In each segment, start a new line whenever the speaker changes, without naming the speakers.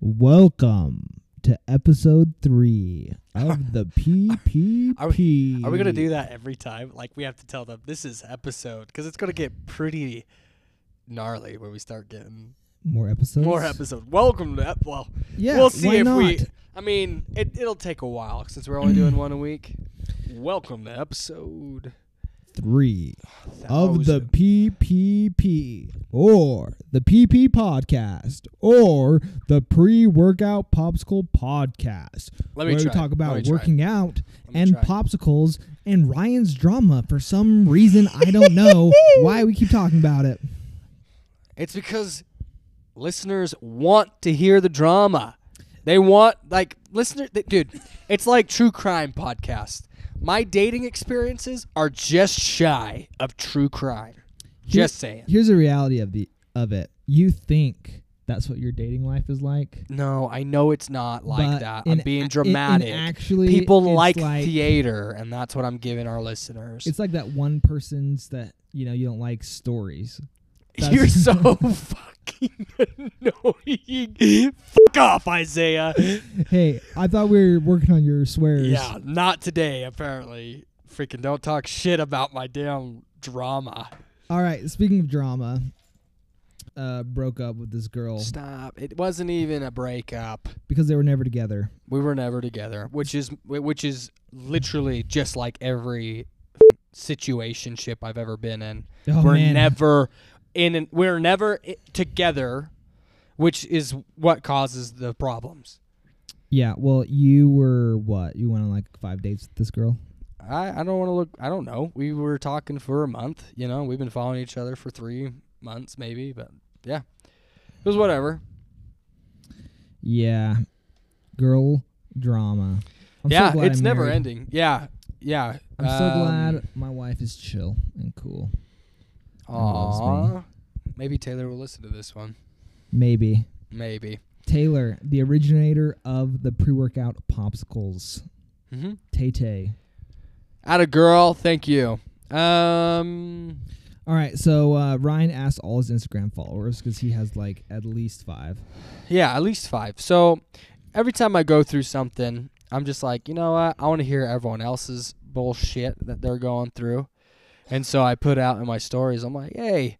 Welcome to episode three of the PPP.
are Are we gonna do that every time? Like we have to tell them this is episode because it's gonna get pretty gnarly when we start getting
more episodes?
more episodes. Welcome to ep- well,
Yeah,
we'll see
why
if
not?
we. I mean, it, it'll take a while since we're only doing one a week. Welcome to episode
three of the
thousand.
PPP or the PP podcast or the pre-workout popsicle podcast.
Let me
where
try.
we talk
Let
about
me try.
working out
me
and
try.
popsicles and Ryan's drama for some reason I don't know why we keep talking about it.
It's because listeners want to hear the drama. They want like listener, th- dude. It's like true crime podcast. My dating experiences are just shy of true crime. Just
Here-
saying.
Here's the reality of the of it. You think that's what your dating life is like?
No, I know it's not like
but
that.
in
I'm being
a- in- in
dramatic.
actually,
People
it's
like,
like-
theater, and that's what I'm giving our listeners.
It's like that one person's that you know you don't like stories. that's-
You're so fucking annoying. Fuck off, Isaiah.
Hey, I thought we were working on your swears.
Yeah, not today, apparently. Freaking don't talk shit about my damn drama.
All right. Speaking of drama, uh, broke up with this girl
Stop. It wasn't even a breakup.
because they were never together.
We were never together, which is which is literally just like every situationship I've ever been in.
Oh
we're
man.
never in an, we're never i- together, which is what causes the problems.
yeah. Well, you were what? You went on like five dates with this girl.
I, I don't want to look. I don't know. We were talking for a month. You know, we've been following each other for three months, maybe. But yeah, it was whatever.
Yeah. Girl drama. I'm so
yeah,
glad
it's
I'm
never
married.
ending. Yeah, yeah.
I'm so
Um,
glad my wife is chill and cool. loves me.
Aw, maybe Taylor will listen to this one.
Maybe.
Maybe.
Taylor, the originator of the pre workout popsicles.
Mm-hmm.
Tay Tay.
At a girl. Thank you. Um.
All right, so uh, Ryan asked all his Instagram followers because he has like at least five.
Yeah, at least five. So every time I go through something, I'm just like, you know what? I want to hear everyone else's bullshit that they're going through. And so I put out in my stories, I'm like, hey,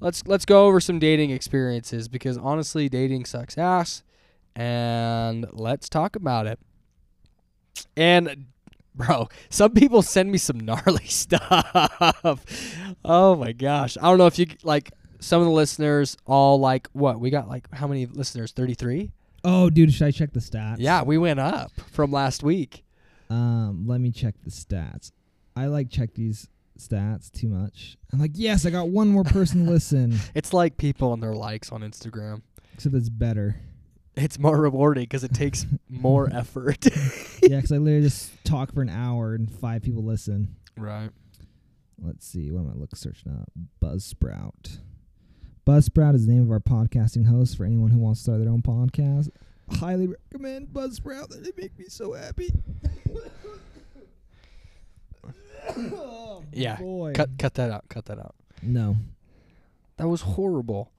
let's let's go over some dating experiences because honestly, dating sucks ass, and let's talk about it. And bro, some people send me some gnarly stuff. oh my gosh, I don't know if you like some of the listeners all like what we got like how many listeners? Thirty three.
Oh, dude, should I check the stats?
Yeah, we went up from last week.
Um, let me check the stats. I like check these stats too much. I'm like, yes, I got one more person to listen,
It's like people and their likes on Instagram.
except it's better.
It's more rewarding because it takes more effort.
Yeah, because I literally just talk for an hour and five people listen.
right.
Let's see, what am I look searching up? Buzzsprout. Buzzsprout is the name of our podcasting host for anyone who wants to start their own podcast. Highly recommend Buzzsprout. They make me so happy. Oh,
Yeah,
Boy.
Cut cut that out. Cut that out.
No,
That was horrible.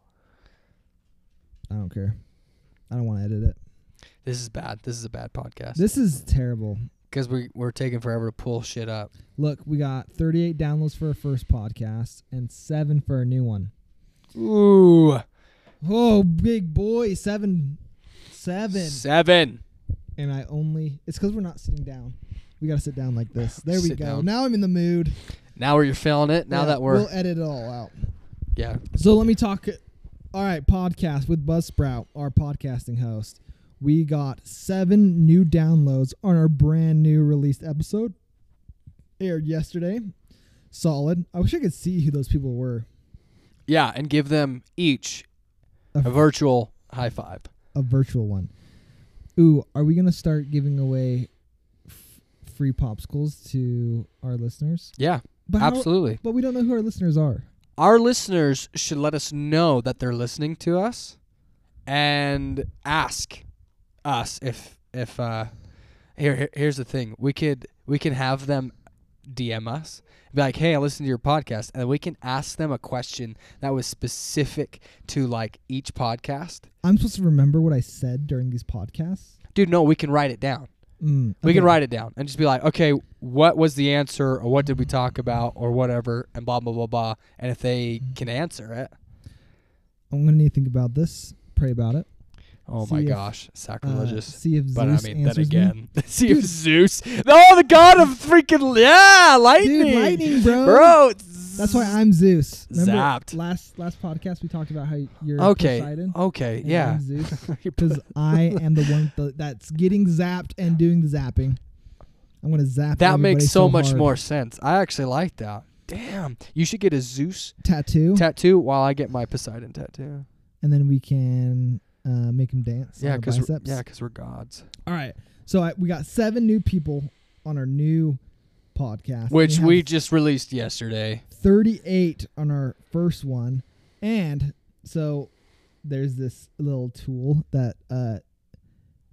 I don't care. I don't want to edit it.
This is bad. This is a bad podcast
This is terrible.
because we we're taking forever to pull shit up.
Look, we got 38 downloads for our first podcast and seven for our new one.
Ooh,
Oh, big boy, seven, seven.
seven.
and I only it's because we're not sitting down. We gotta sit down like this. There we
Sit
go.
down.
Now I'm in the mood.
Now we're you're feeling it. Now
Yeah,
that we're
we'll edit it all out.
yeah.
So let me talk. All right, podcast with Buzzsprout, our podcasting host. We got seven new downloads on our brand new released episode. Aired yesterday. Solid. I wish I could see who those people were.
Yeah, and give them each
A-
a virtual high five.
A virtual one. Ooh, are we gonna start giving away f- free popsicles to our listeners?
Yeah,
But how-
absolutely.
but we don't know who our listeners are.
Our listeners should let us know that they're listening to us and ask us if if uh here, here here's the thing. We could we can have them DM us, be like, "Hey, I listened to your podcast," and we can ask them a question that was specific to like each podcast.
I'm supposed to remember what I said during these podcasts.
Dude, no, we can write it down.
Mm,
We can
okay.
write it down and just be like, "Okay, what was the answer, or what did we talk about, or whatever," and blah blah blah blah. And if they can answer it,
I'm gonna need to think about this. Pray about it.
oh
See
my
if,
gosh,
Uh,
sacrilegious.
see if
But
Zeus
I mean, then
answers me.
again, see if Zeus, oh, the god of freaking yeah, lightning,
Dude, lightning, bro.
bro.
That's why I'm Zeus. Remember
Zapped.
Last last podcast we talked about how you're
Okay.
Poseidon.
Okay.
and
Yeah.
I'm Zeus
You're
because I am the one th- that's getting zapped and doing the zapping. I'm gonna zap.
That
everybody
makes so, much
hard.
more sense. I actually like that. Damn. You should get a Zeus
tattoo,
tattoo while I get my Poseidon tattoo.
and then we can uh, make him dance. on
Yeah,
our
because
biceps.
yeah, because we're gods.
All right. So I, we got seven new people on our new podcast, and
Which
have
we just released yesterday.
38 on our first one, and so there's this little tool that uh,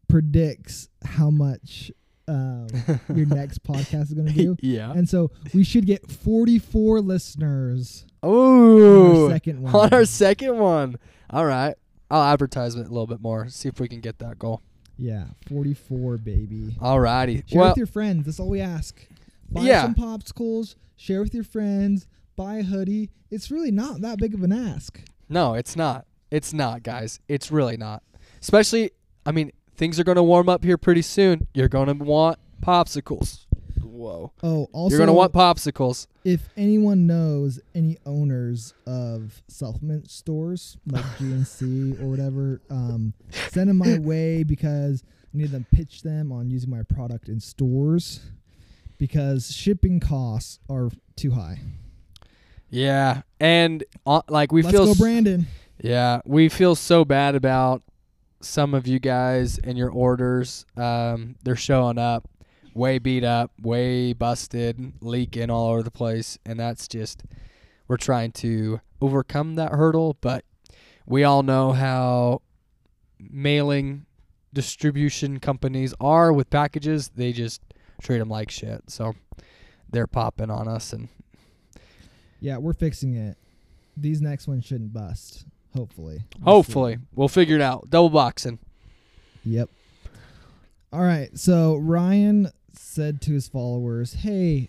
predicts how much um, your next podcast is going to do.
yeah.
And so we should get 44 listeners on our
Oh.
second one.
On our second one. All right. I'll advertise it a little bit more. See if we can get that goal.
yeah, 44, baby.
All righty.
Share
Well,
with your friends. That's all we ask. Buy
Yeah.
some popsicles. Share with your friends. Buy a hoodie. It's really not that big of an ask.
no, it's not. It's not, guys. It's really not. Especially, I mean, things are going to warm up here pretty soon. You're going to want popsicles. Whoa.
Oh, also,
You're gonna want popsicles.
if anyone knows any owners of supplement stores like GNC or whatever, um, send them my way because I need them pitch them on using my product in stores because shipping costs are too high.
Yeah, and uh, like we
Let's
feel,
go,
s-
Brandon.
yeah, we feel so bad about some of you guys and your orders. Um, they're showing up way beat up, way busted, leaking all over the place, and that's just we're trying to overcome that hurdle. But we all know how mailing distribution companies are with packages. They just treat them like shit. So they're popping on us and.
Yeah, we're fixing it. These next ones shouldn't bust. Hopefully. We'll see.
Hopefully, we'll figure it out. Double boxing.
Yep. All right. So Ryan said to his followers, "Hey,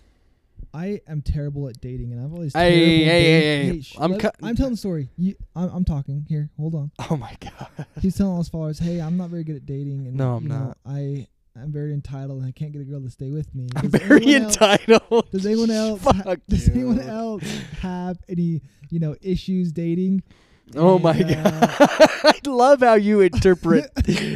I am terrible at dating, and I've always
Hey,
terrible
hey,
dating-
hey, hey.
sh-
I'm
let-
cut-
I'm telling the story. You, I'm, I'm talking here. Hold on.
Oh my god.
He's telling all his followers, "Hey, I'm not very good at dating, and
No, I'm
you know,
not.
I I'm very entitled, and I can't get a girl to stay with me.
I'm
Does
very
anyone else-
entitled.
Does anyone else? ha-
Fuck,
does anyone
dude.
else have any you know issues dating?
Oh my
And,
god.
uh,
I love how you interpret.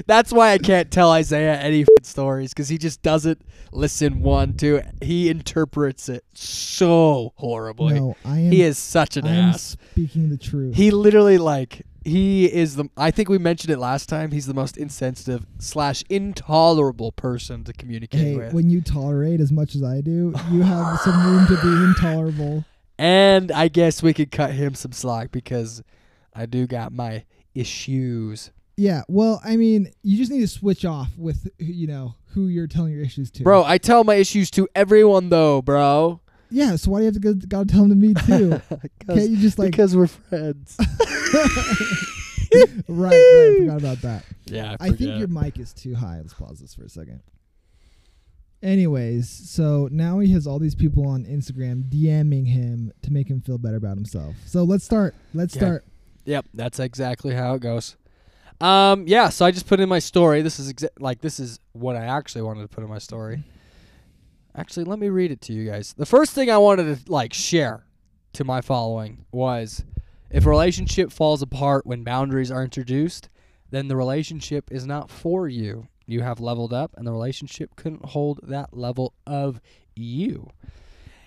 That's why I can't tell Isaiah any f- stories because he just doesn't listen one to it. He interprets it so horribly.
No, I am.
he is such an
I am
ass.
speaking the truth.
He literally like he is the. I think we mentioned it last time. He's the most insensitive slash intolerable person to communicate
Hey,
with.
when you tolerate as much as I do, you have some room to be intolerable.
And I guess we could cut him some slack because I do got my issues.
Yeah, well, I mean, you just need to switch off with you know who you're telling your issues to,
Bro, I tell my issues to everyone though, bro.
Yeah, so why do you have to go, gotta tell them to me too? Can't you just like
because we're friends.
right? Right, I forgot about that.
yeah,
I think your mic is too high. Let's pause this for a second. Anyways, so now he has all these people on Instagram DMing him to make him feel better about himself. So let's start. Let's
Yeah.
start.
Yep, that's exactly how it goes. Um, yeah, so I just put in my story. This is exa- like this is what I actually wanted to put in my story. Actually, let me read it to you guys. The first thing I wanted to like share to my following was if a relationship falls apart when boundaries are introduced, then the relationship is not for you. You have leveled up and the relationship couldn't hold that level of you.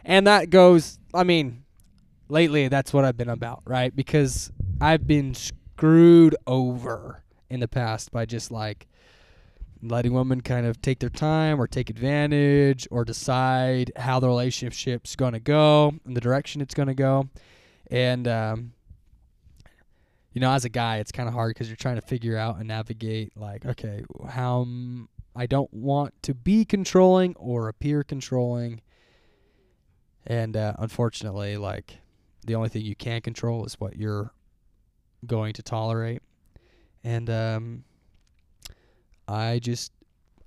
And that goes, I mean, lately that's what I've been about, right? Because I've been screwed over in the past by just like letting women kind of take their time or take advantage or decide how the relationship's going to go and the direction it's going to go. And, um, you know, as a guy, it's kind of hard because you're trying to figure out and navigate, like, okay, how m- I don't want to be controlling or appear controlling And uh, unfortunately, like the only thing you can control is what you're going to tolerate. And um, I just,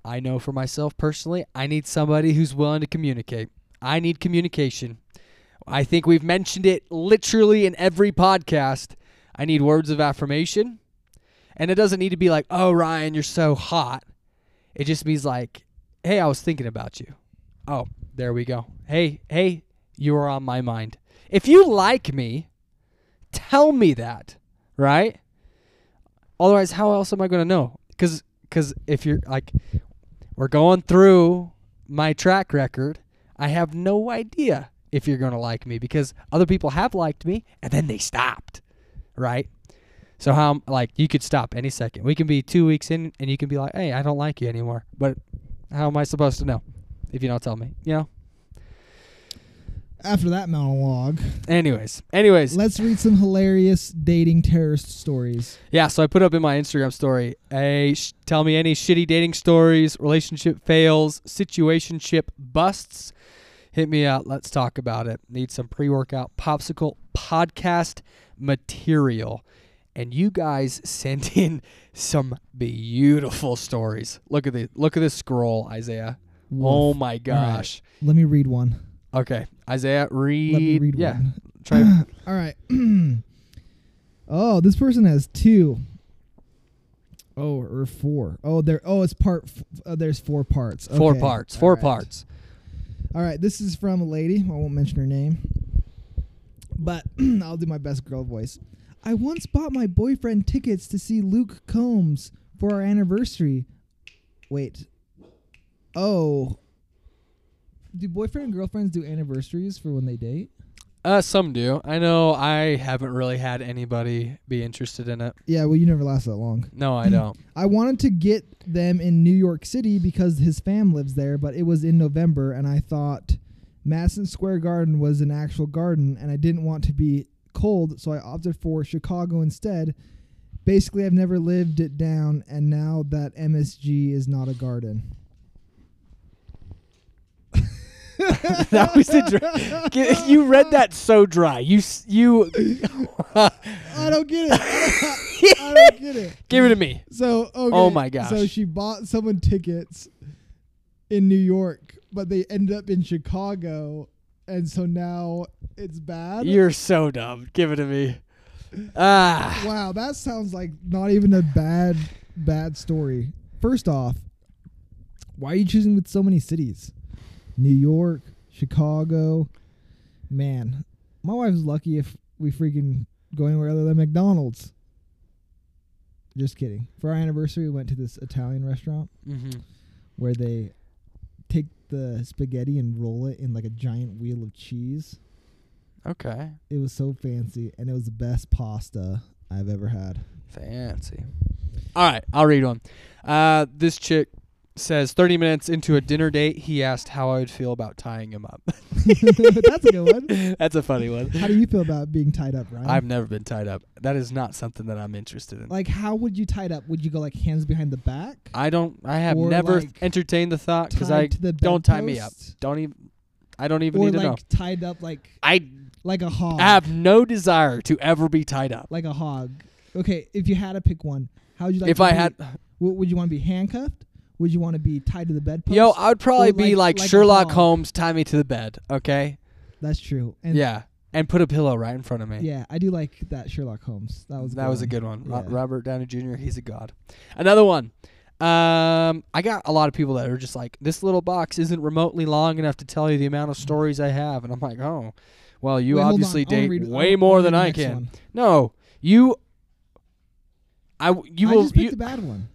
I know for myself personally, I need somebody who's willing to communicate. I need communication. I think we've mentioned it literally in every podcast. I need words of affirmation. And it doesn't need to be like, oh, Ryan, you're so hot. It just means like, hey, I was thinking about you. Oh, there we go. Hey, hey, you are on my mind. If you like me, tell me that, right? Otherwise, how else am I going to know? Because cause if you're like, we're going through my track record, I have no idea if you're going to like me because other people have liked me and then they stopped, right? So how like you could stop any second. We can be two weeks in and you can be like, hey, I don't like you anymore. But how am I supposed to know if you don't tell me? You know.
After that monologue,
Anyways, anyways,
let's read some hilarious dating terrorist stories.
yeah. So I put up in my Instagram story, hey, sh- tell me any shitty dating stories, relationship fails, situationship busts. Hit me out. Let's talk about it. Need some pre-workout popsicle podcast material. And you guys sent in some beautiful stories. Look at the look at this scroll, Isaiah. Oh
Woof.
my gosh.
Let me read one.
Okay, Isaiah, read.
Let me read
yeah,
one.
try.
All right. oh, this person has two. Oh, or four. Oh, there. Oh, it's part. F- uh, there's four parts.
Four
Okay.
parts.
All
Four
right.
parts.
All right. This is from a lady. I won't mention her name, but I'll do my best girl voice. I once bought my boyfriend tickets to see Luke Combs for our anniversary. Wait. Oh. Do boyfriend and girlfriends do anniversaries for when they date?
Uh, some do. I know. I haven't really had anybody be interested in it.
Yeah, well, you never last that long.
No, I don't.
I wanted to get them in New York City because his fam lives there, but it was in November, and I thought Madison Square Garden was an actual garden, and I didn't want to be cold, so I opted for Chicago instead. Basically, I've never lived it down, and now that MSG is not a garden.
that was the. Dry. Get- You read that so dry. You s- you.
I don't get it. I don't get it.
Give it to me.
So okay,
Oh my gosh.
So she bought someone tickets in New York, but they ended up in Chicago, and so now it's bad.
You're so dumb. Give it to me. Ah.
wow, that sounds like not even a bad bad story. First off, why are you choosing with so many cities? New York, Chicago. Man, my wife's lucky if we freaking go anywhere other than McDonald's. Just kidding. For our anniversary, we went to this Italian restaurant
hmm
where they take the spaghetti and roll it in like a giant wheel of cheese.
Okay.
It was so fancy, and it was the best pasta I've ever had.
Fancy. All right, I'll read one. Uh, this chick says 30 minutes into a dinner date, he asked how I would feel about tying him up.
That's a good one.
That's a funny one.
How do you feel about being tied up, Ryan?
I've never been tied up. That is not something that I'm interested in.
like, how would you tie it up? Would you go like hands behind the back?
I don't. I have
Or,
never
like,
entertained the thought because
tied
Uh, I
to the
don't tie me up.
bedpost?
Don't even. I don't even
or
need
like oh.
to know.
tied up like
I
like a hog,
have no desire to ever be tied up.
like a hog. Okay, if you had to pick one, how would you like?
if
to
I
be-
had,
w- would you want to be handcuffed? Would you want to be tied to the bedpost?
yo, I would probably be
like-
like,
like a
Sherlock
hog.
Holmes, tie me to the bed, okay?
that's true. And
yeah, and put a pillow right in front of me.
yeah, I do like that Sherlock Holmes. That was
that was a
one.
good one. Ro-
Yeah.
Robert Downey Jr. He's a god. Another one. Um, I got a lot of people that are just like, this little box isn't remotely long enough to tell you the amount of stories I have, and I'm like, oh, well, you
Wait, hold on.
obviously
I'll
date
read-
way
I'll-
more
I'll
than
read the
I
next
can.
one.
No, you. I w- you
I
will
just picked
you,
a bad one.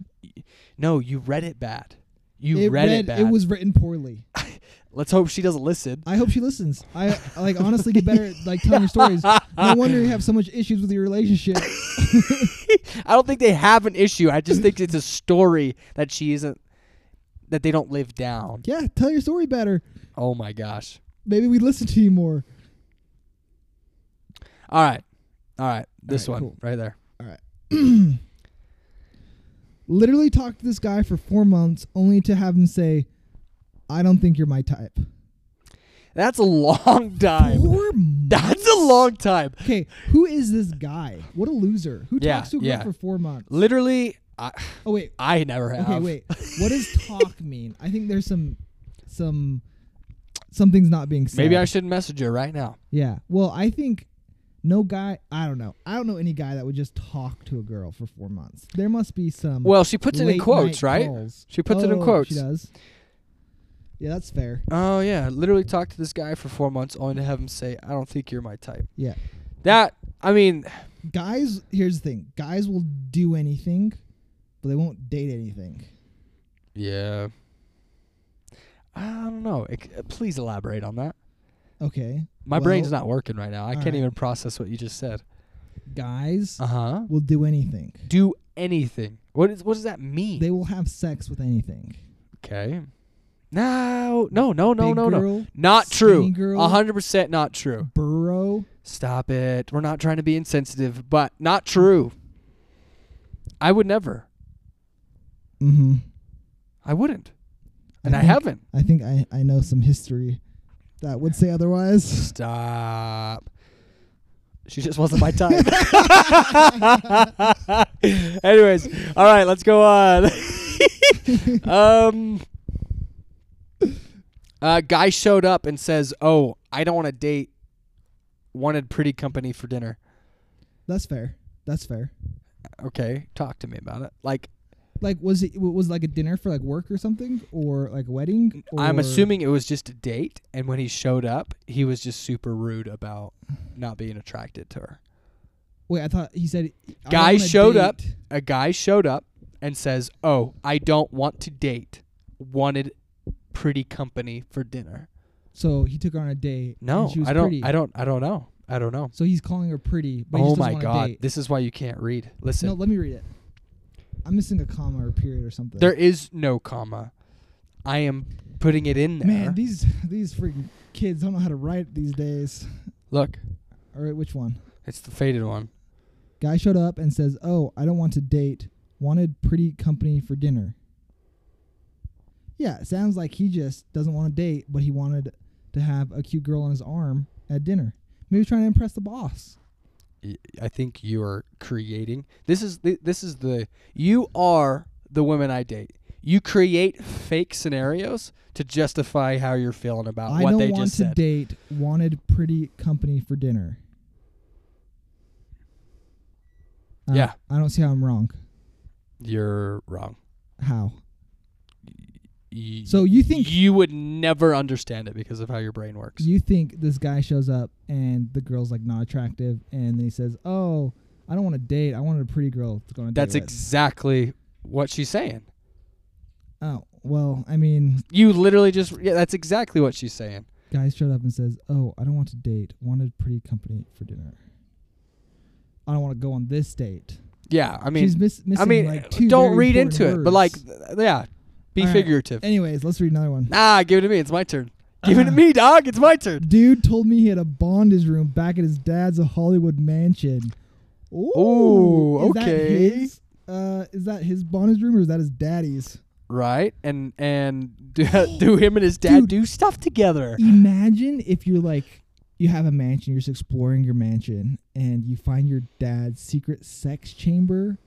no you read it bad. You
it
read, it bad.
It was written poorly.
Let's hope she doesn't listen.
I hope she listens. I I, like honestly get better at like telling your stories. No wonder you have so much issues with your relationship.
I don't think they have an issue. I just think it's a story that she isn't that they don't live down.
Yeah, tell your story better.
Oh my gosh.
Maybe we listen to you more.
All right. All right. This
right,
one
cool.
right there.
Literally talked to this guy for four months only to have him say, "I don't think you're my type."
That's a long time.
Four
That's a long time.
Okay, who is this guy? What a loser. Who
Yeah,
talks to a girl
yeah.
for four months?
Literally, I,
Oh wait.
I never have.
Okay, wait. What does talk mean? I think there's some some something's not being said.
Maybe I should message her right now.
Yeah. Well, I think no guy I don't know. I don't know any guy that would just talk to a girl for four months. There must be some
Well, she puts it in
late
quotes,
night
right?
calls.
She puts it in
Oh,
quotes.
She does. Yeah, that's fair.
Oh yeah, literally talked to this guy for four months only to have him say, "I don't think you're my type."
Yeah.
That I mean,
Guys, here's the thing. Guys will do anything, but they won't date anything.
yeah. I don't know. Ex- uh, Please elaborate on that.
Okay.
My
Well,
brain's not working right now. I
all
can't
right.
even process what you just said.
Guys
Uh huh.
will do anything.
Do anything. What is? What does that mean?
They will have sex with anything.
okay. No, no, no, no,
Big
no, no.
girl,
Not
skinny
true.
girl.
A hundred percent not true.
burrow.
Stop it. We're not trying to be insensitive, but not true. I would never.
Mm-hmm.
I wouldn't. And I,
think-
haven't.
I think I, I know some history that would say otherwise.
Stop. She just wasn't my type. Anyways, all right, let's go on. um, a guy showed up and says, "Oh, I don't want to date. Wanted pretty company for dinner."
That's fair. That's fair.
Okay, talk to me about it. Like,
Like, was it w- was like a dinner for like work or something, or like a wedding? Or
I'm assuming it was just a date, and when he showed up, he was just super rude about not being attracted to her.
Wait, I thought he said I don't
Guy
wanna
showed
date.
up. a guy showed up and says, "Oh, I don't want to date. Wanted pretty company for dinner."
So he took her on a date. and
No,
she was
I don't.
pretty.
I don't. I don't know. I don't know.
So he's calling her pretty. But he
oh
just doesn't
my
wanna
god,
date.
this is why you can't read. Listen,
No, let me read it. I'm missing a comma or period or something.
there is no comma. I am putting it in there.
Man, these these freaking kids don't know how to write these days.
Look,
All right, which one?
it's the faded one.
Guy showed up and says, "Oh, I don't want to date. Wanted pretty company for dinner." Yeah, it sounds like he just doesn't want to date, but he wanted to have a cute girl on his arm at dinner. Maybe he's trying to impress the boss.
Y- I think you are creating. This is the, this is the you are the women I date. You create fake scenarios to justify how you're feeling about
I
Uh, what
don't
they
want
just
to
said.
date. Wanted pretty company for dinner. I don't-
Yeah.
Uh, I don't see how I'm wrong.
You're wrong.
How?
y-
So you think
you would never understand it because of how your brain works.
you think this guy shows up and the girl's like not attractive, and then he says, "Oh, I don't want to date. I wanted a pretty girl to go on a
That's
date." with."
exactly what she's saying.
Oh, well, I mean,
You literally just yeah, that's exactly what she's saying.
guy showed up and says, Oh, I don't want to date. Wanted pretty company for dinner. I don't want to go on this date.
Yeah, I mean
She's mis- missing
I mean
like two
don't
very
read
important
into it, but like
words.
th- yeah, be
All right.
figurative.
anyways, let's read another one.
Nah, give it to me. It's my turn. Give it to me, dog. It's my turn.
Dude told me he had a bondage room back at his dad's Hollywood mansion. Ooh,
Ooh,
is that
okay.
his, uh, is that his bondage room or is that his daddy's?
Right? And and do, do him and his dad
Dude.
do stuff together.
Imagine if you're like you have a mansion, you're just exploring your mansion, and you find your dad's secret sex chamber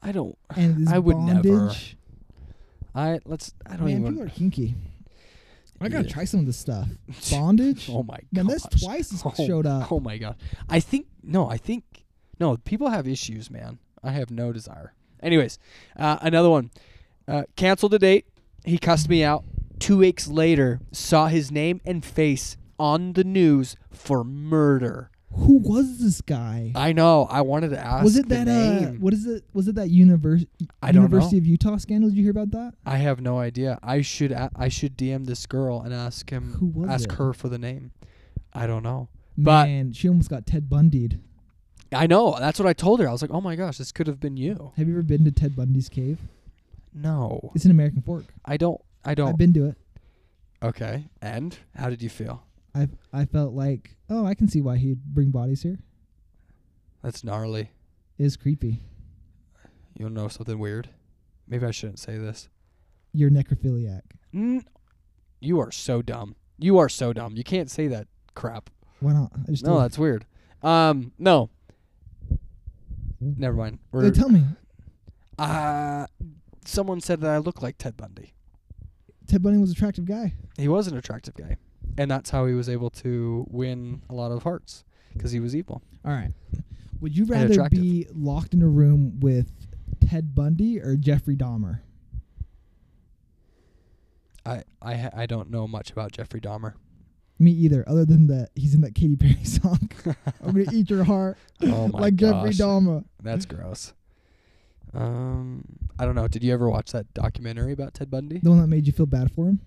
I don't
and this
I would
bondage.
never. I let's I don't
Man, people
even
are kinky. I gotta
Yeah.
try some of this stuff. Bondage.
Oh my god.
Man, that's twice has
Oh,
showed up.
Oh my god. I think no, I think no, people have issues, man. I have no desire. Anyways, uh, another one. Uh, canceled the date. He cussed me out. Two weeks later, saw his name and face on the news for murder.
Who was this guy?
I know. I wanted to ask.
was it
the
that uh,
name.
what is it? Was it that univers-
I don't
University
know.
of Utah scandal? Did you hear about that?
I have no idea. I should a- I should DM this girl and ask him.
Who was
ask
it?
her for the name. I don't know. But-
Man, she almost got Ted Bundy'd.
I know. That's what I told her. I was like, "Oh my gosh, this could have been you."
Have you ever been to Ted Bundy's cave?
No.
It's in American Fork.
I don't. I don't.
I've been to it.
Okay. And how did you feel?
I I felt like oh I can see why he'd bring bodies here.
That's gnarly.
It is creepy.
You'll know something weird. Maybe I shouldn't say this.
You're necrophiliac.
Mm, you are so dumb. You are so dumb. You can't say that crap.
Why not? I just
No,
did.
that's weird. Um, no. Never mind.
Hey,
We're,
tell me,
uh, someone said that I look like Ted Bundy.
Ted Bundy was an attractive guy.
He was an attractive guy, and that's how he was able to win a lot of hearts because he was evil.
All right. Would you
And
rather
attractive.
be locked in a room with Ted Bundy or Jeffrey Dahmer?
I I ha- I don't know much about Jeffrey Dahmer.
Me either, other than that he's in that Katy Perry song. I'm gonna eat your heart
Oh my
like Jeffrey
gosh.
Dahmer.
That's gross. Um, I don't know. Did you ever watch that documentary about Ted Bundy?
The one that made you feel bad for him?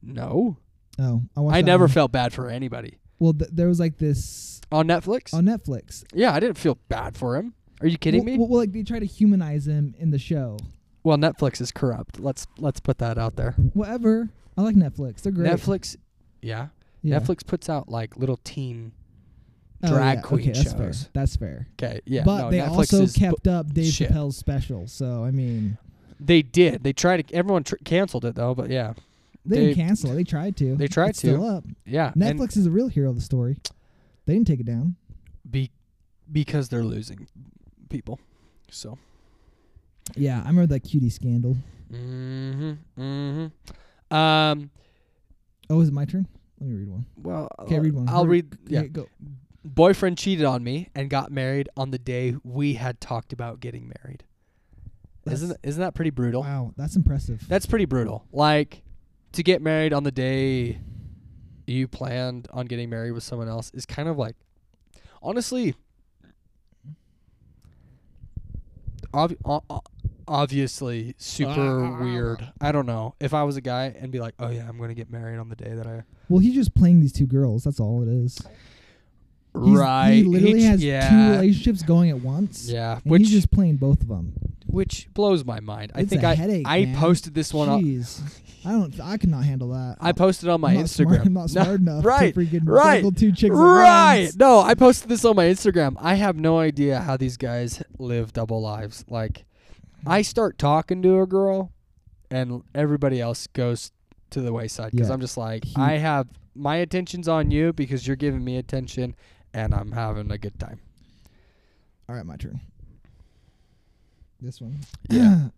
No,
Oh, I watched.
I
that
never
one.
felt bad for anybody
Well, th- there was like this
on Netflix.
on Netflix.
yeah, I didn't feel bad for him. Are you kidding
well,
me?
Well, well, like they try to humanize him in the show.
Well, Netflix is corrupt. Let's let's put that out there.
Whatever. I like Netflix. They're great.
Netflix, yeah.
Yeah.
Netflix puts out like little teen.
Oh,
drag
yeah.
queen
okay, that's
shows.
Fair. That's fair.
Okay, yeah.
but
no,
they
Netflix
also
is bu-
kept up Dave
shit.
Chappelle's special. So I mean,
they did. They tried to. Everyone tr- canceled it though. But yeah,
they,
They-
didn't cancel it. They tried to.
they tried
it's Still
to.
up.
yeah. and
Netflix is the real hero of the story. They didn't take it down.
be- because they're losing people. So.
Yeah, I remember that cutie scandal.
Mm-hmm. Mm-hmm. Um.
Oh, is it my turn? Let me read one.
Well,
Okay, read one.
I'll
Hurry.
read. Yeah.
Okay, go.
Boyfriend cheated on me and got married on the day we had talked about getting married. isn't
That's-
isn't that pretty brutal?
Wow, that's impressive.
That's pretty brutal. Like to get married on the day you planned on getting married with someone else is kind of like honestly ob- o- o- obviously super
Ah.
weird. I don't know. If I was a guy and be like, "Oh yeah, I'm going to get married on the day that I
well, he's just playing these two girls. That's all it is. He's-
right
He literally
ch-
has two
yeah.
relationships going at once.
Yeah,
And
which
he's just playing both of them.
which blows my mind. I
It's
think
a
I
headache,
I
man.
posted this one on
Jeez, I don't. I cannot handle that.
I posted on my
I'm not
Instagram.
Smart, I'm not
No,
smart enough
right.
to freaking
right,
juggle two chicks. at
Right.
once.
No, I posted this on my Instagram. I have no idea how these guys live double lives. Like, I start talking to a girl, and everybody else goes to the wayside because
Yeah.
I'm just like,
He-
I have my attention's on you because you're giving me attention, and I'm having a good time.
All right, my turn. This one.
Yeah.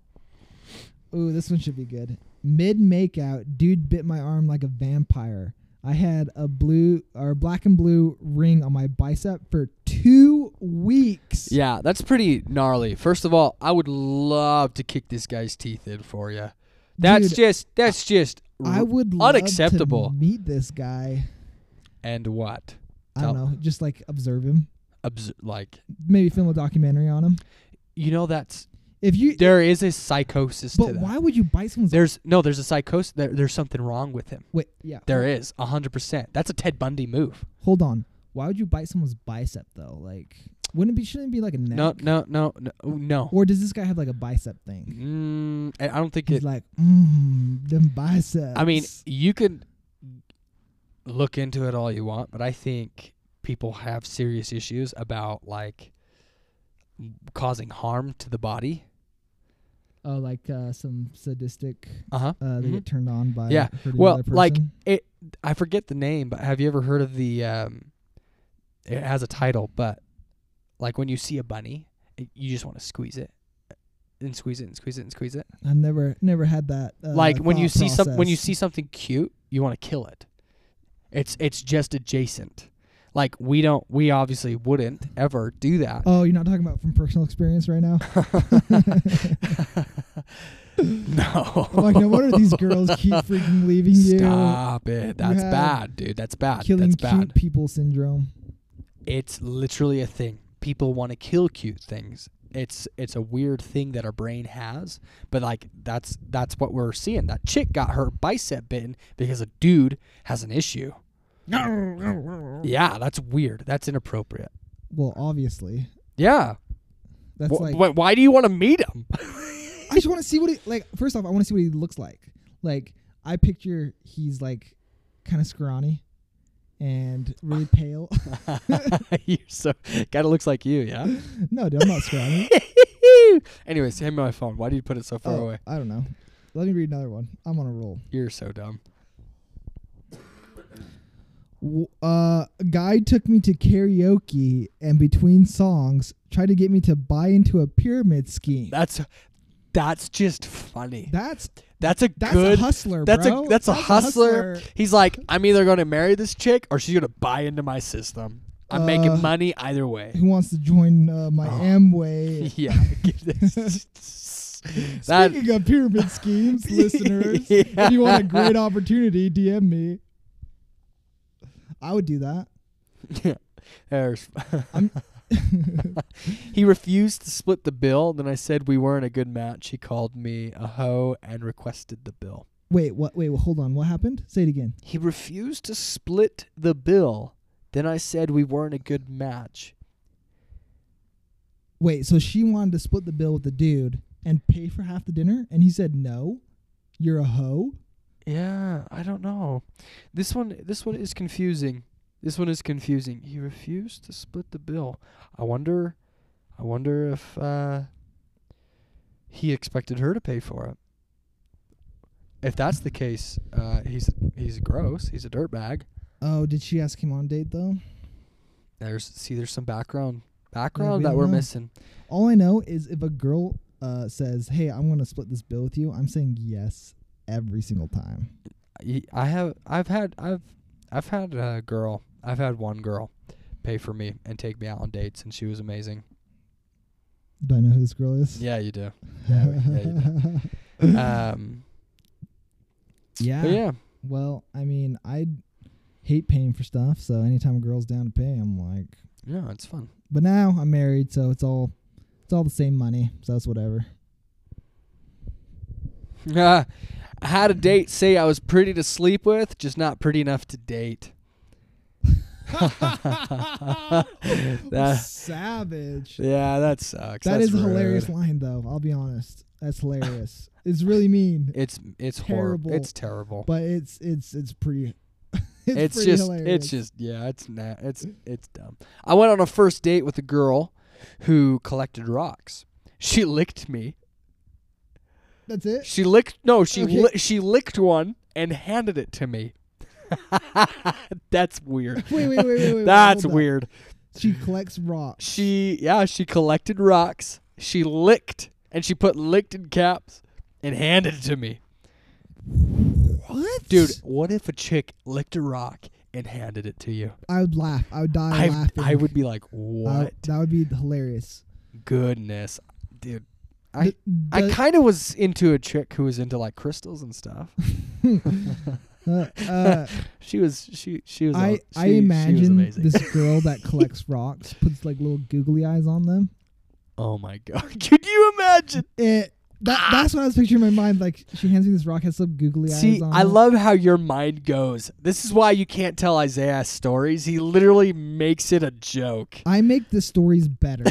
Ooh, this one should be good. Mid makeout, dude bit my arm like a vampire. I had a blue or black and blue ring on my bicep for two weeks.
Yeah, that's pretty gnarly. First of all, I would love to kick this guy's teeth in for you. That's
Dude,
just that's just
I
r-
would love
unacceptable.
To meet this guy.
and what
I don't
Tell-
know. Just like observe him.
Obs- like
Maybe film a documentary on him.
you know that's
If you,
there is a psychosis to
but
that.
why would you bite someone's?
There's no, there's a psychosis. There, there's something wrong with him.
Wait, yeah.
There is a hundred percent. That's a Ted Bundy move.
Hold on. Why would you bite someone's bicep though? Like, wouldn't it be? Shouldn't it be like a neck?
No, no, no, no. no.
Or does this guy have like a bicep thing?
Mm, I I don't think
He's
it.
like, mmm, them biceps.
I mean, you could look into it all you want, but I think people have serious issues about like causing harm to the body.
oh, like uh, some sadistic.
Uh huh.
Uh, they get turned on by
Yeah.
hurting
Well,
another
like-
person.
I forget the name, but have you ever heard of the? Um, it has a title, but like when you see a bunny, it, you just want to squeeze it, and squeeze it, and squeeze it, and squeeze it.
I've never never had that. Uh,
like when you
thought
see some when you
process.
see something cute, you want to kill it. It's it's just adjacent. Like we don't we obviously wouldn't ever do that.
Oh, you're not talking about from personal experience right now.
no.
like, no wonder these girls keep freaking leaving you.
Stop it. That's
have
bad, dude. That's bad.
Killing
That's
cute
bad.
people syndrome.
it's literally a thing. People want to kill cute things. It's it's a weird thing that our brain has, but like that's that's what we're seeing. That chick got her bicep bitten because a dude has an issue. Yeah, that's weird. That's inappropriate.
Well, obviously,
Yeah.
that's
Wh-
like
wh- why do you want to meet him?
I just want to see what he like. First off, I want to see what he looks like. Like I picture he's like kind of scrawny and really pale.
You're so kind of looks like you, yeah.
no, dude, I'm not scrawny.
Anyways, hand me my phone. Why do you put it so far
Oh,
away?
I don't know. Let me read another one. I'm on a roll.
You're so dumb.
w- uh, a guy took me to karaoke and between songs tried to get me to buy into a pyramid scheme.
That's that's just funny.
That's
That's a
that's
good.
a hustler,
that's
bro.
a that's a hustler. He's like, I'm either going to marry this chick or she's going to buy into my system. I'm
Uh,
making money either way.
Who wants to join uh, my
Oh.
Amway?
yeah. give this- that
Speaking of pyramid schemes, listeners, if you want a great opportunity, DM me. I would do that.
there's-
I'm-
he refused to split the bill. Then I said we weren't a good match. He called me a hoe and requested the bill.
Wait, what? Wait, hold on. What happened? Say it again.
He refused to split the bill. Then I said we weren't a good match.
Wait, so she wanted to split the bill with the dude and pay for half the dinner, and he said no. You're a hoe.
Yeah, I don't know. This one this one is confusing. This one is confusing. He refused to split the bill. I wonder I wonder if uh he expected her to pay for it. If that's the case, uh he's he's gross. He's a dirtbag.
Oh, did she ask him on a date though?
There's see there's some background background
we
that
don't
we're
know.
missing.
All I know is if a girl uh, says, "Hey, I'm gonna split this bill with you," I'm saying yes every single time.
I I have I've had I've I've had a girl. I've had one girl pay for me and take me out on dates and she was amazing.
Do I know who this girl is?
Yeah, you do. Yeah, we- yeah, you Um,
Yeah.
but yeah,
Well, I mean, I hate paying for stuff, so anytime a girl's down to pay, I'm like.
no, it's fun.
But now I'm married, so it's all it's all the same money, so it's whatever.
I had a date say I was pretty to sleep with, just not pretty enough to date. That-
Savage.
yeah, that sucks.
that
That's
is a hilarious
rude.
line, though. I'll be honest. That's hilarious. it's really mean,
It's it's
Terrible.
horrible. It's terrible.
but it's it's it's pretty.
it's
pretty
just
hilarious.
it's just yeah, it's na- it's it's dumb. I went on a first date with a girl who collected rocks. She licked me.
that's it.
She licked no, she
Okay.
li- she licked one and handed it to me. That's weird.
Wait, wait, wait, wait, wait, wait.
That's
hold up.
weird.
She collects rocks.
She yeah, she collected rocks. She licked and she put licked in caps and handed it to me.
What,
Dude, what if a chick licked a rock and handed it to you?
I would laugh. I would die
I
laughing. Uh,
I would be like,
I-
"What?
that would be hilarious.
Goodness." Dude, I-
Th-
I
th-
kind of was into a chick who was into like crystals and stuff.
uh, uh,
She was she she was
I,
she,
I
she was
imagine
amazing.
this girl that collects rocks puts like little googly eyes on them.
oh my god. Could you imagine?
It
ah.
that that's what I was picturing in my mind. Like she hands me this rock, has some googly eyes
See,
on
I
it.
love how your mind goes. This is why you can't tell Isaiah stories. He literally makes it a joke.
I make the stories better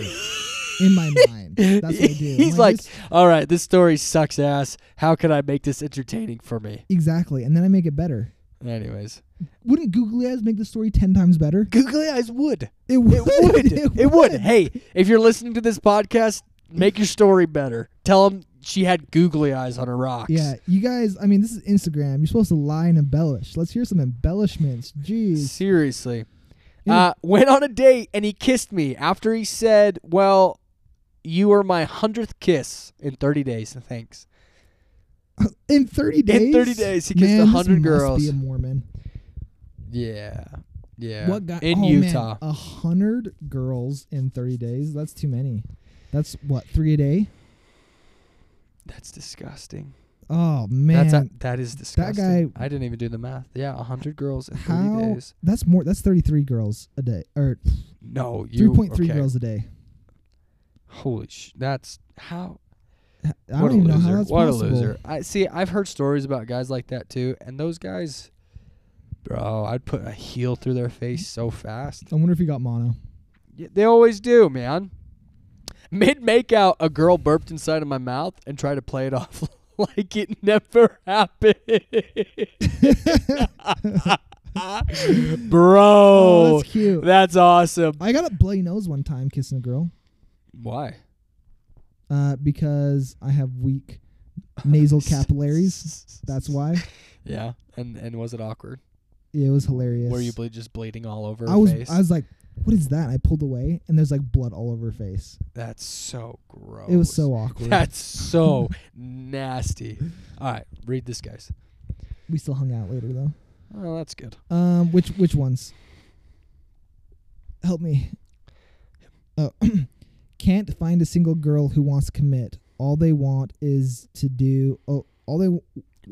in my mind. That's what I do. I'm
He's like,
this-
all right, this story sucks ass. How can I make this entertaining for me?
exactly, and then I make it better.
Anyways,
Wouldn't googly eyes make the story ten times better?
googly eyes would.
It
It would. it, would. Hey, if you're listening to this podcast, make your story better. Tell them she had googly eyes on her rocks.
Yeah, you guys. I mean, this is Instagram. You're supposed to lie and embellish. Let's hear some embellishments. Jeez.
Seriously.
Yeah.
Uh, went on a date and he kissed me after he said, Well, you were my 100th kiss in 30 days. Thanks.
In 30 days.
In 30 days, he kissed
man,
a
this
100
must
girls.
Be a Mormon.
Yeah. Yeah.
What guy
in
oh, man,
Utah.
A hundred girls in 30 days. That's too many. That's what three a day.
That's disgusting.
Oh man,
That's a, that is disgusting.
guy-
I didn't even do the math. Yeah, 100 girls in 30
How-
days.
that's more. That's 33 girls a day, or
No, you
3.3
okay.
girls a day.
Holy sh. That's how
I don't
what
even
a
know
loser.
how that's
what
possible.
a loser. I see I've heard stories about guys like that too, and those guys bro, I'd put a heel through their face so fast.
I wonder if he got mono.
Yeah, they always do, man. Mid makeout, a girl burped inside of my mouth and tried to play it off like it never happened.
Oh,
Bro,
that's cute.
that's awesome.
I got a bloody nose one time kissing a girl.
Why?
Uh, because I have weak nasal capillaries. That's why.
Yeah, and and was it awkward?
It was hilarious.
Were you ble- just bleeding all over
I
her
was
face?
I was like, what is that? And I pulled away and there's like blood all over her face.
That's so gross.
It was so awkward.
That's so nasty. All right, read this, guys.
we still hung out later though.
Oh, that's good.
Um, which which ones? Help me. Oh, can't find a single girl who wants to commit. All they want is to do. Oh, all they. Wow.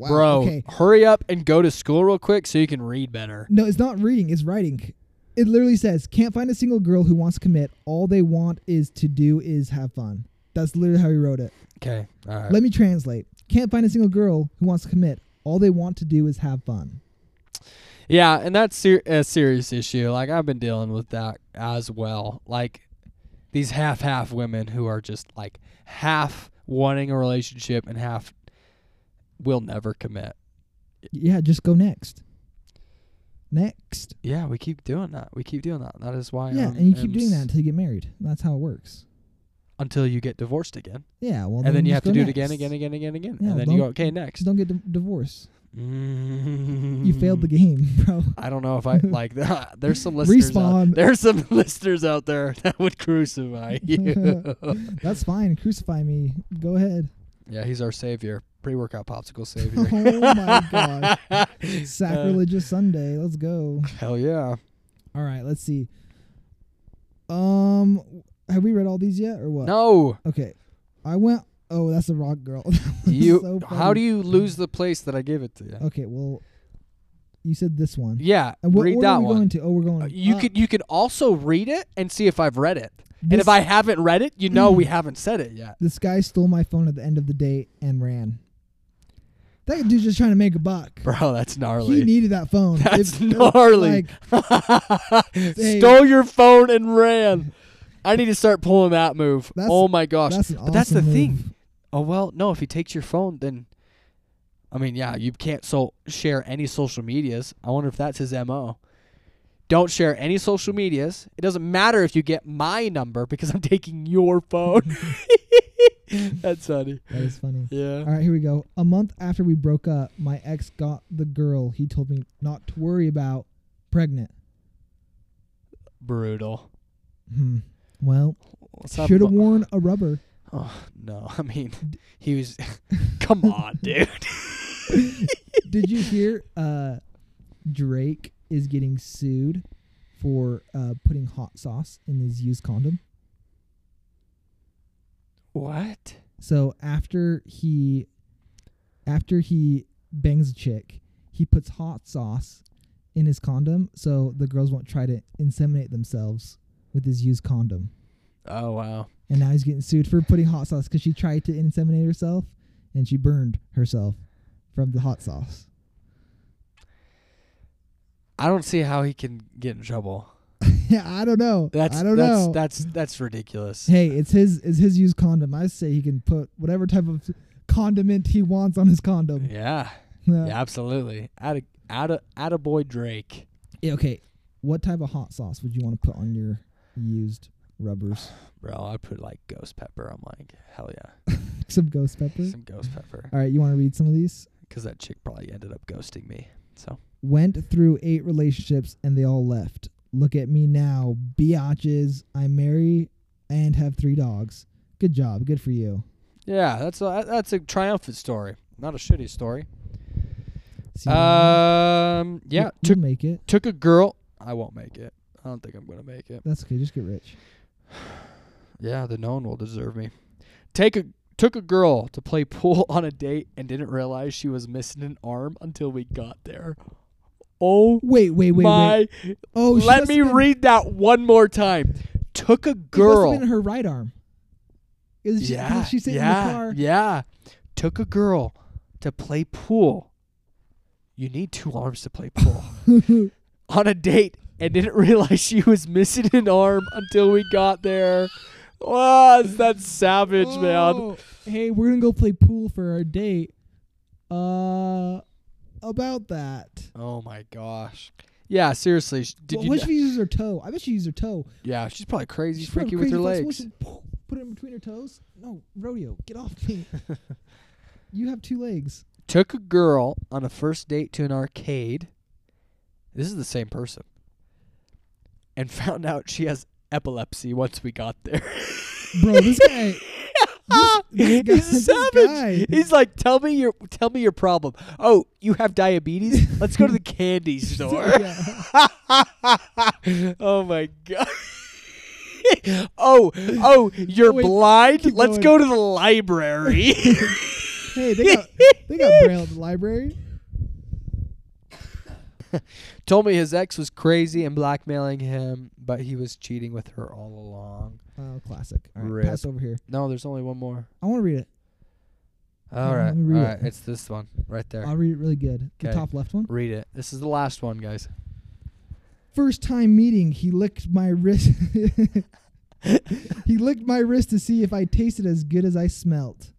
Bro,
Okay.
hurry up and go to school real quick so you can read better.
No, it's not reading. It's writing. It literally says, "Can't find a single girl who wants to commit. All they want is to do is have fun." That's literally how he wrote it.
Okay. All right.
Let me translate. Can't find a single girl who wants to commit. All they want to do is have fun.
Yeah, and that's ser- a serious issue. Like I've been dealing with that as well. Like these half half women who are just like half wanting a relationship and half will never commit.
Yeah, just go next. Next.
Yeah, we keep doing that. We keep doing that. That is why. um,
Yeah,
I'm-
and you keep
I'm
doing that
s-
until you get married. That's how it works.
until you get divorced again,
Yeah, well,
and then, you have
just
to
go
do it
next.
again, again, again, again, again,
Yeah,
and then you go
don't-
okay next. Mm-hmm.
Just don't get di- divorced.
You
You
Mm.
failed the game, bro.
I don't know if I like. there's some listeners. Out,
Respawn.
there's some listeners out there that would crucify you.
That's fine. Crucify me. Go ahead.
Yeah, he's our savior. Pre-workout popsicle
oh
savior.
my god.
Uh,
Sacrilegious Sunday. Let's go.
Hell yeah.
All right, let's see. Um, have we read all these yet, or what?
No,
Okay, I went. Oh, that's the rock girl.
you. how do you lose the place that I gave it to you?
Okay, well, you said this one.
Yeah,
And what
read
order
that
are we
one.
going to? Oh, we're going.
Uh, You
up.
could you could also read it and see if I've read it. and
This-
if I haven't read it, you know we haven't said it yet.
This guy stole my phone at the end of the day and ran. That dude's just trying to make a buck.
Bro, that's
He
gnarly.
needed that phone. If-
That's gnarly.
like,
Stole your phone and ran. I need to start pulling that move.
That's-
oh my gosh.
that's an
but that's the
awesome
thing. Oh well, no. If he takes your phone, then I mean, yeah, you can't so share any social medias. I wonder if that's his mo. Don't share any social medias. It doesn't matter if you get my number because I'm taking your phone. that's funny.
That is funny.
Yeah.
All right, here we go. A month after we broke up, my ex got the girl he told me not to worry about pregnant.
Brutal.
Hmm. Well,
Let's have
should have
mo-
worn a rubber.
Oh no, I mean, he was. come on, dude.
Did you hear uh, Drake is getting sued for uh, putting hot sauce in his used condom?
What?
So after he after he bangs a chick, he puts hot sauce in his condom so the girls won't try to inseminate themselves with his used condom.
Oh wow.
And now he's getting sued for putting hot sauce because she tried to inseminate herself and she burned herself from the hot sauce.
I don't see how he can get in trouble.
yeah, I don't know.
That's
I don't
that's,
know.
That's that's ridiculous.
hey, it's his it's his used condom. I say he can put whatever type of condiment he wants on his condom.
Yeah,
Yeah.
yeah, absolutely. Add a add a add a boy Drake.
Yeah, okay. What type of hot sauce would you want to put on your used rubbers?
Bro, I put like ghost pepper. I'm like, hell yeah,
Some ghost pepper.
some ghost pepper.
All right, you want to read some of these?
Because that chick probably ended up ghosting me. So
Went through eight relationships and they all left. Look at me now, biatches. I'm married and have three dogs. Good job. Good for you.
yeah, that's a that's a triumphant story, not a shitty story.
See,
Um, yeah,
to
took
make it.
took a girl. I won't make it. I don't think I'm gonna make it.
That's okay. Just get rich.
Yeah, the known will deserve me. Take a took a girl to play pool on a date and didn't realize she was missing an arm until we got there. Oh
Wait, wait, wait,
my!
wait. Oh, she
let
must
me
have been-
read that one more time. Took a
it must have
girl.
been her right arm. Is she,
yeah,
she's sitting
yeah,
in the car.
yeah. Took a girl to play pool. You need two arms to play pool. on a date and didn't realize she was missing an arm until we got there. Wow, that's savage, man.
Oh, Hey, we're gonna go play pool for our date. Uh, about that.
Oh my gosh. Yeah, seriously. sh- Did
Well,
you?
what if she uses her toe? I bet she used her toe.
yeah, she's probably crazy,
She's
freaky
probably
with her
crazy
legs.
flexible. She- Put it in between her toes. No, rodeo, get off me. you have two legs.
Took a girl on a first date to an arcade. this is the same person. And found out she has epilepsy once we got there. Ah,
Bro, this guy- this- this guy-
he's a
this
savage.
guy.
He's like, tell me your tell me your problem. Oh, you have diabetes? Let's go to the candy store.
Yeah.
oh my god. oh, oh, you're
Wait,
blind?
keep
Let's
going.
go to the library.
Hey, they got they got braille at the library.
Told me his ex was crazy and blackmailing him, but he was cheating with her all along.
Oh, classic. All right,
Rip.
pass over here.
No, there's only one more.
I want to read it.
All
on,
right,
let me read
all
it.
right, it's this one right there.
I'll read it really good. The
'Kay.
top left one.
Read it. This is the last one, guys.
First time meeting, he licked my wrist. he licked my wrist to see if I tasted as good as I smelt.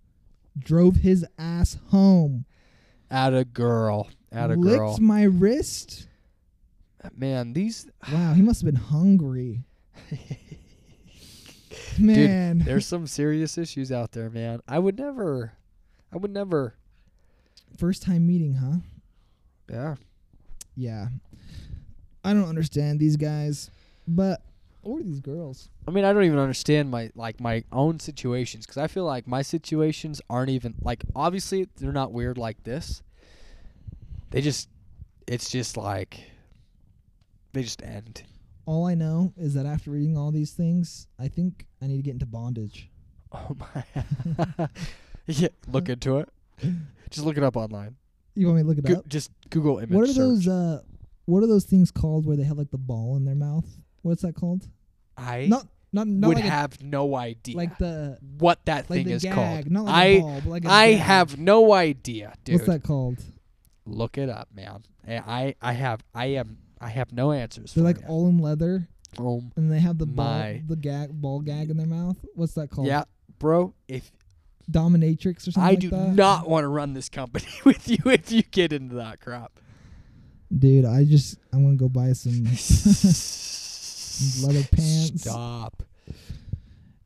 Drove his ass home.
At a girl. At a
Licked
girl.
my wrist.
Man, these
Wow, he must have been hungry. Man,
there's some serious issues out there, man. I would never I would never
first time meeting, huh?
Yeah.
Yeah, I don't understand these guys, but or these girls.
I mean, I don't even understand my like my own situations because I feel like my situations aren't even like obviously they're not weird like this. They just, it's just like, they just end.
All I know is that after reading all these things, I think I need to get into bondage.
Oh my! yeah, look into it. Just look it up online.
You want me to look it
Goo-
up?
just Google image.
What are
search.
those? Uh, what are those things called where they have like the ball in their mouth? What's that called?
I
Not not not
would
like, a-
have no idea
like the
what that
like
thing
the
is
gag,
called.
not like
I
a ball, but like a
I
gag.
have no idea, dude.
What's that called?
Look it up, man. And I I have I am I have no answers.
They're
for
like
you.
all in leather,
Um,
and they have the ball,
My.
the gag, ball gag in their mouth. What's that called?
yeah, bro. If
dominatrix or something.
I
like
do
that?
not want to run this company with you if you get into that crap.
dude. I just I'm gonna go buy some.
Leather
pants.
Stop.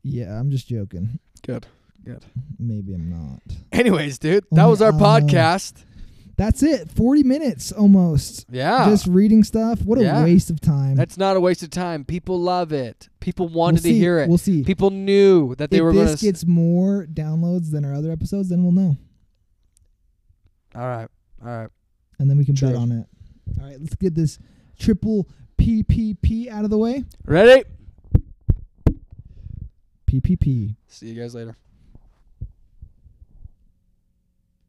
yeah, I'm just joking.
Good. Good.
Maybe I'm not.
Anyways, dude, that
Only
was our
I know.
podcast.
That's it. Forty minutes almost.
Yeah.
Just reading stuff. What a
Ah. Yeah.
waste of time.
That's not a waste of time. People love it. People wanted
we'll
to
see.
hear it.
We'll see.
People knew that they
if
were going
this
to.
gets more downloads than our other episodes, then we'll know,
All right. All right.
and then we can bet
True.
on it. All right, let's get this triple PPP out of the way.
Ready?
PPP.
See you guys later.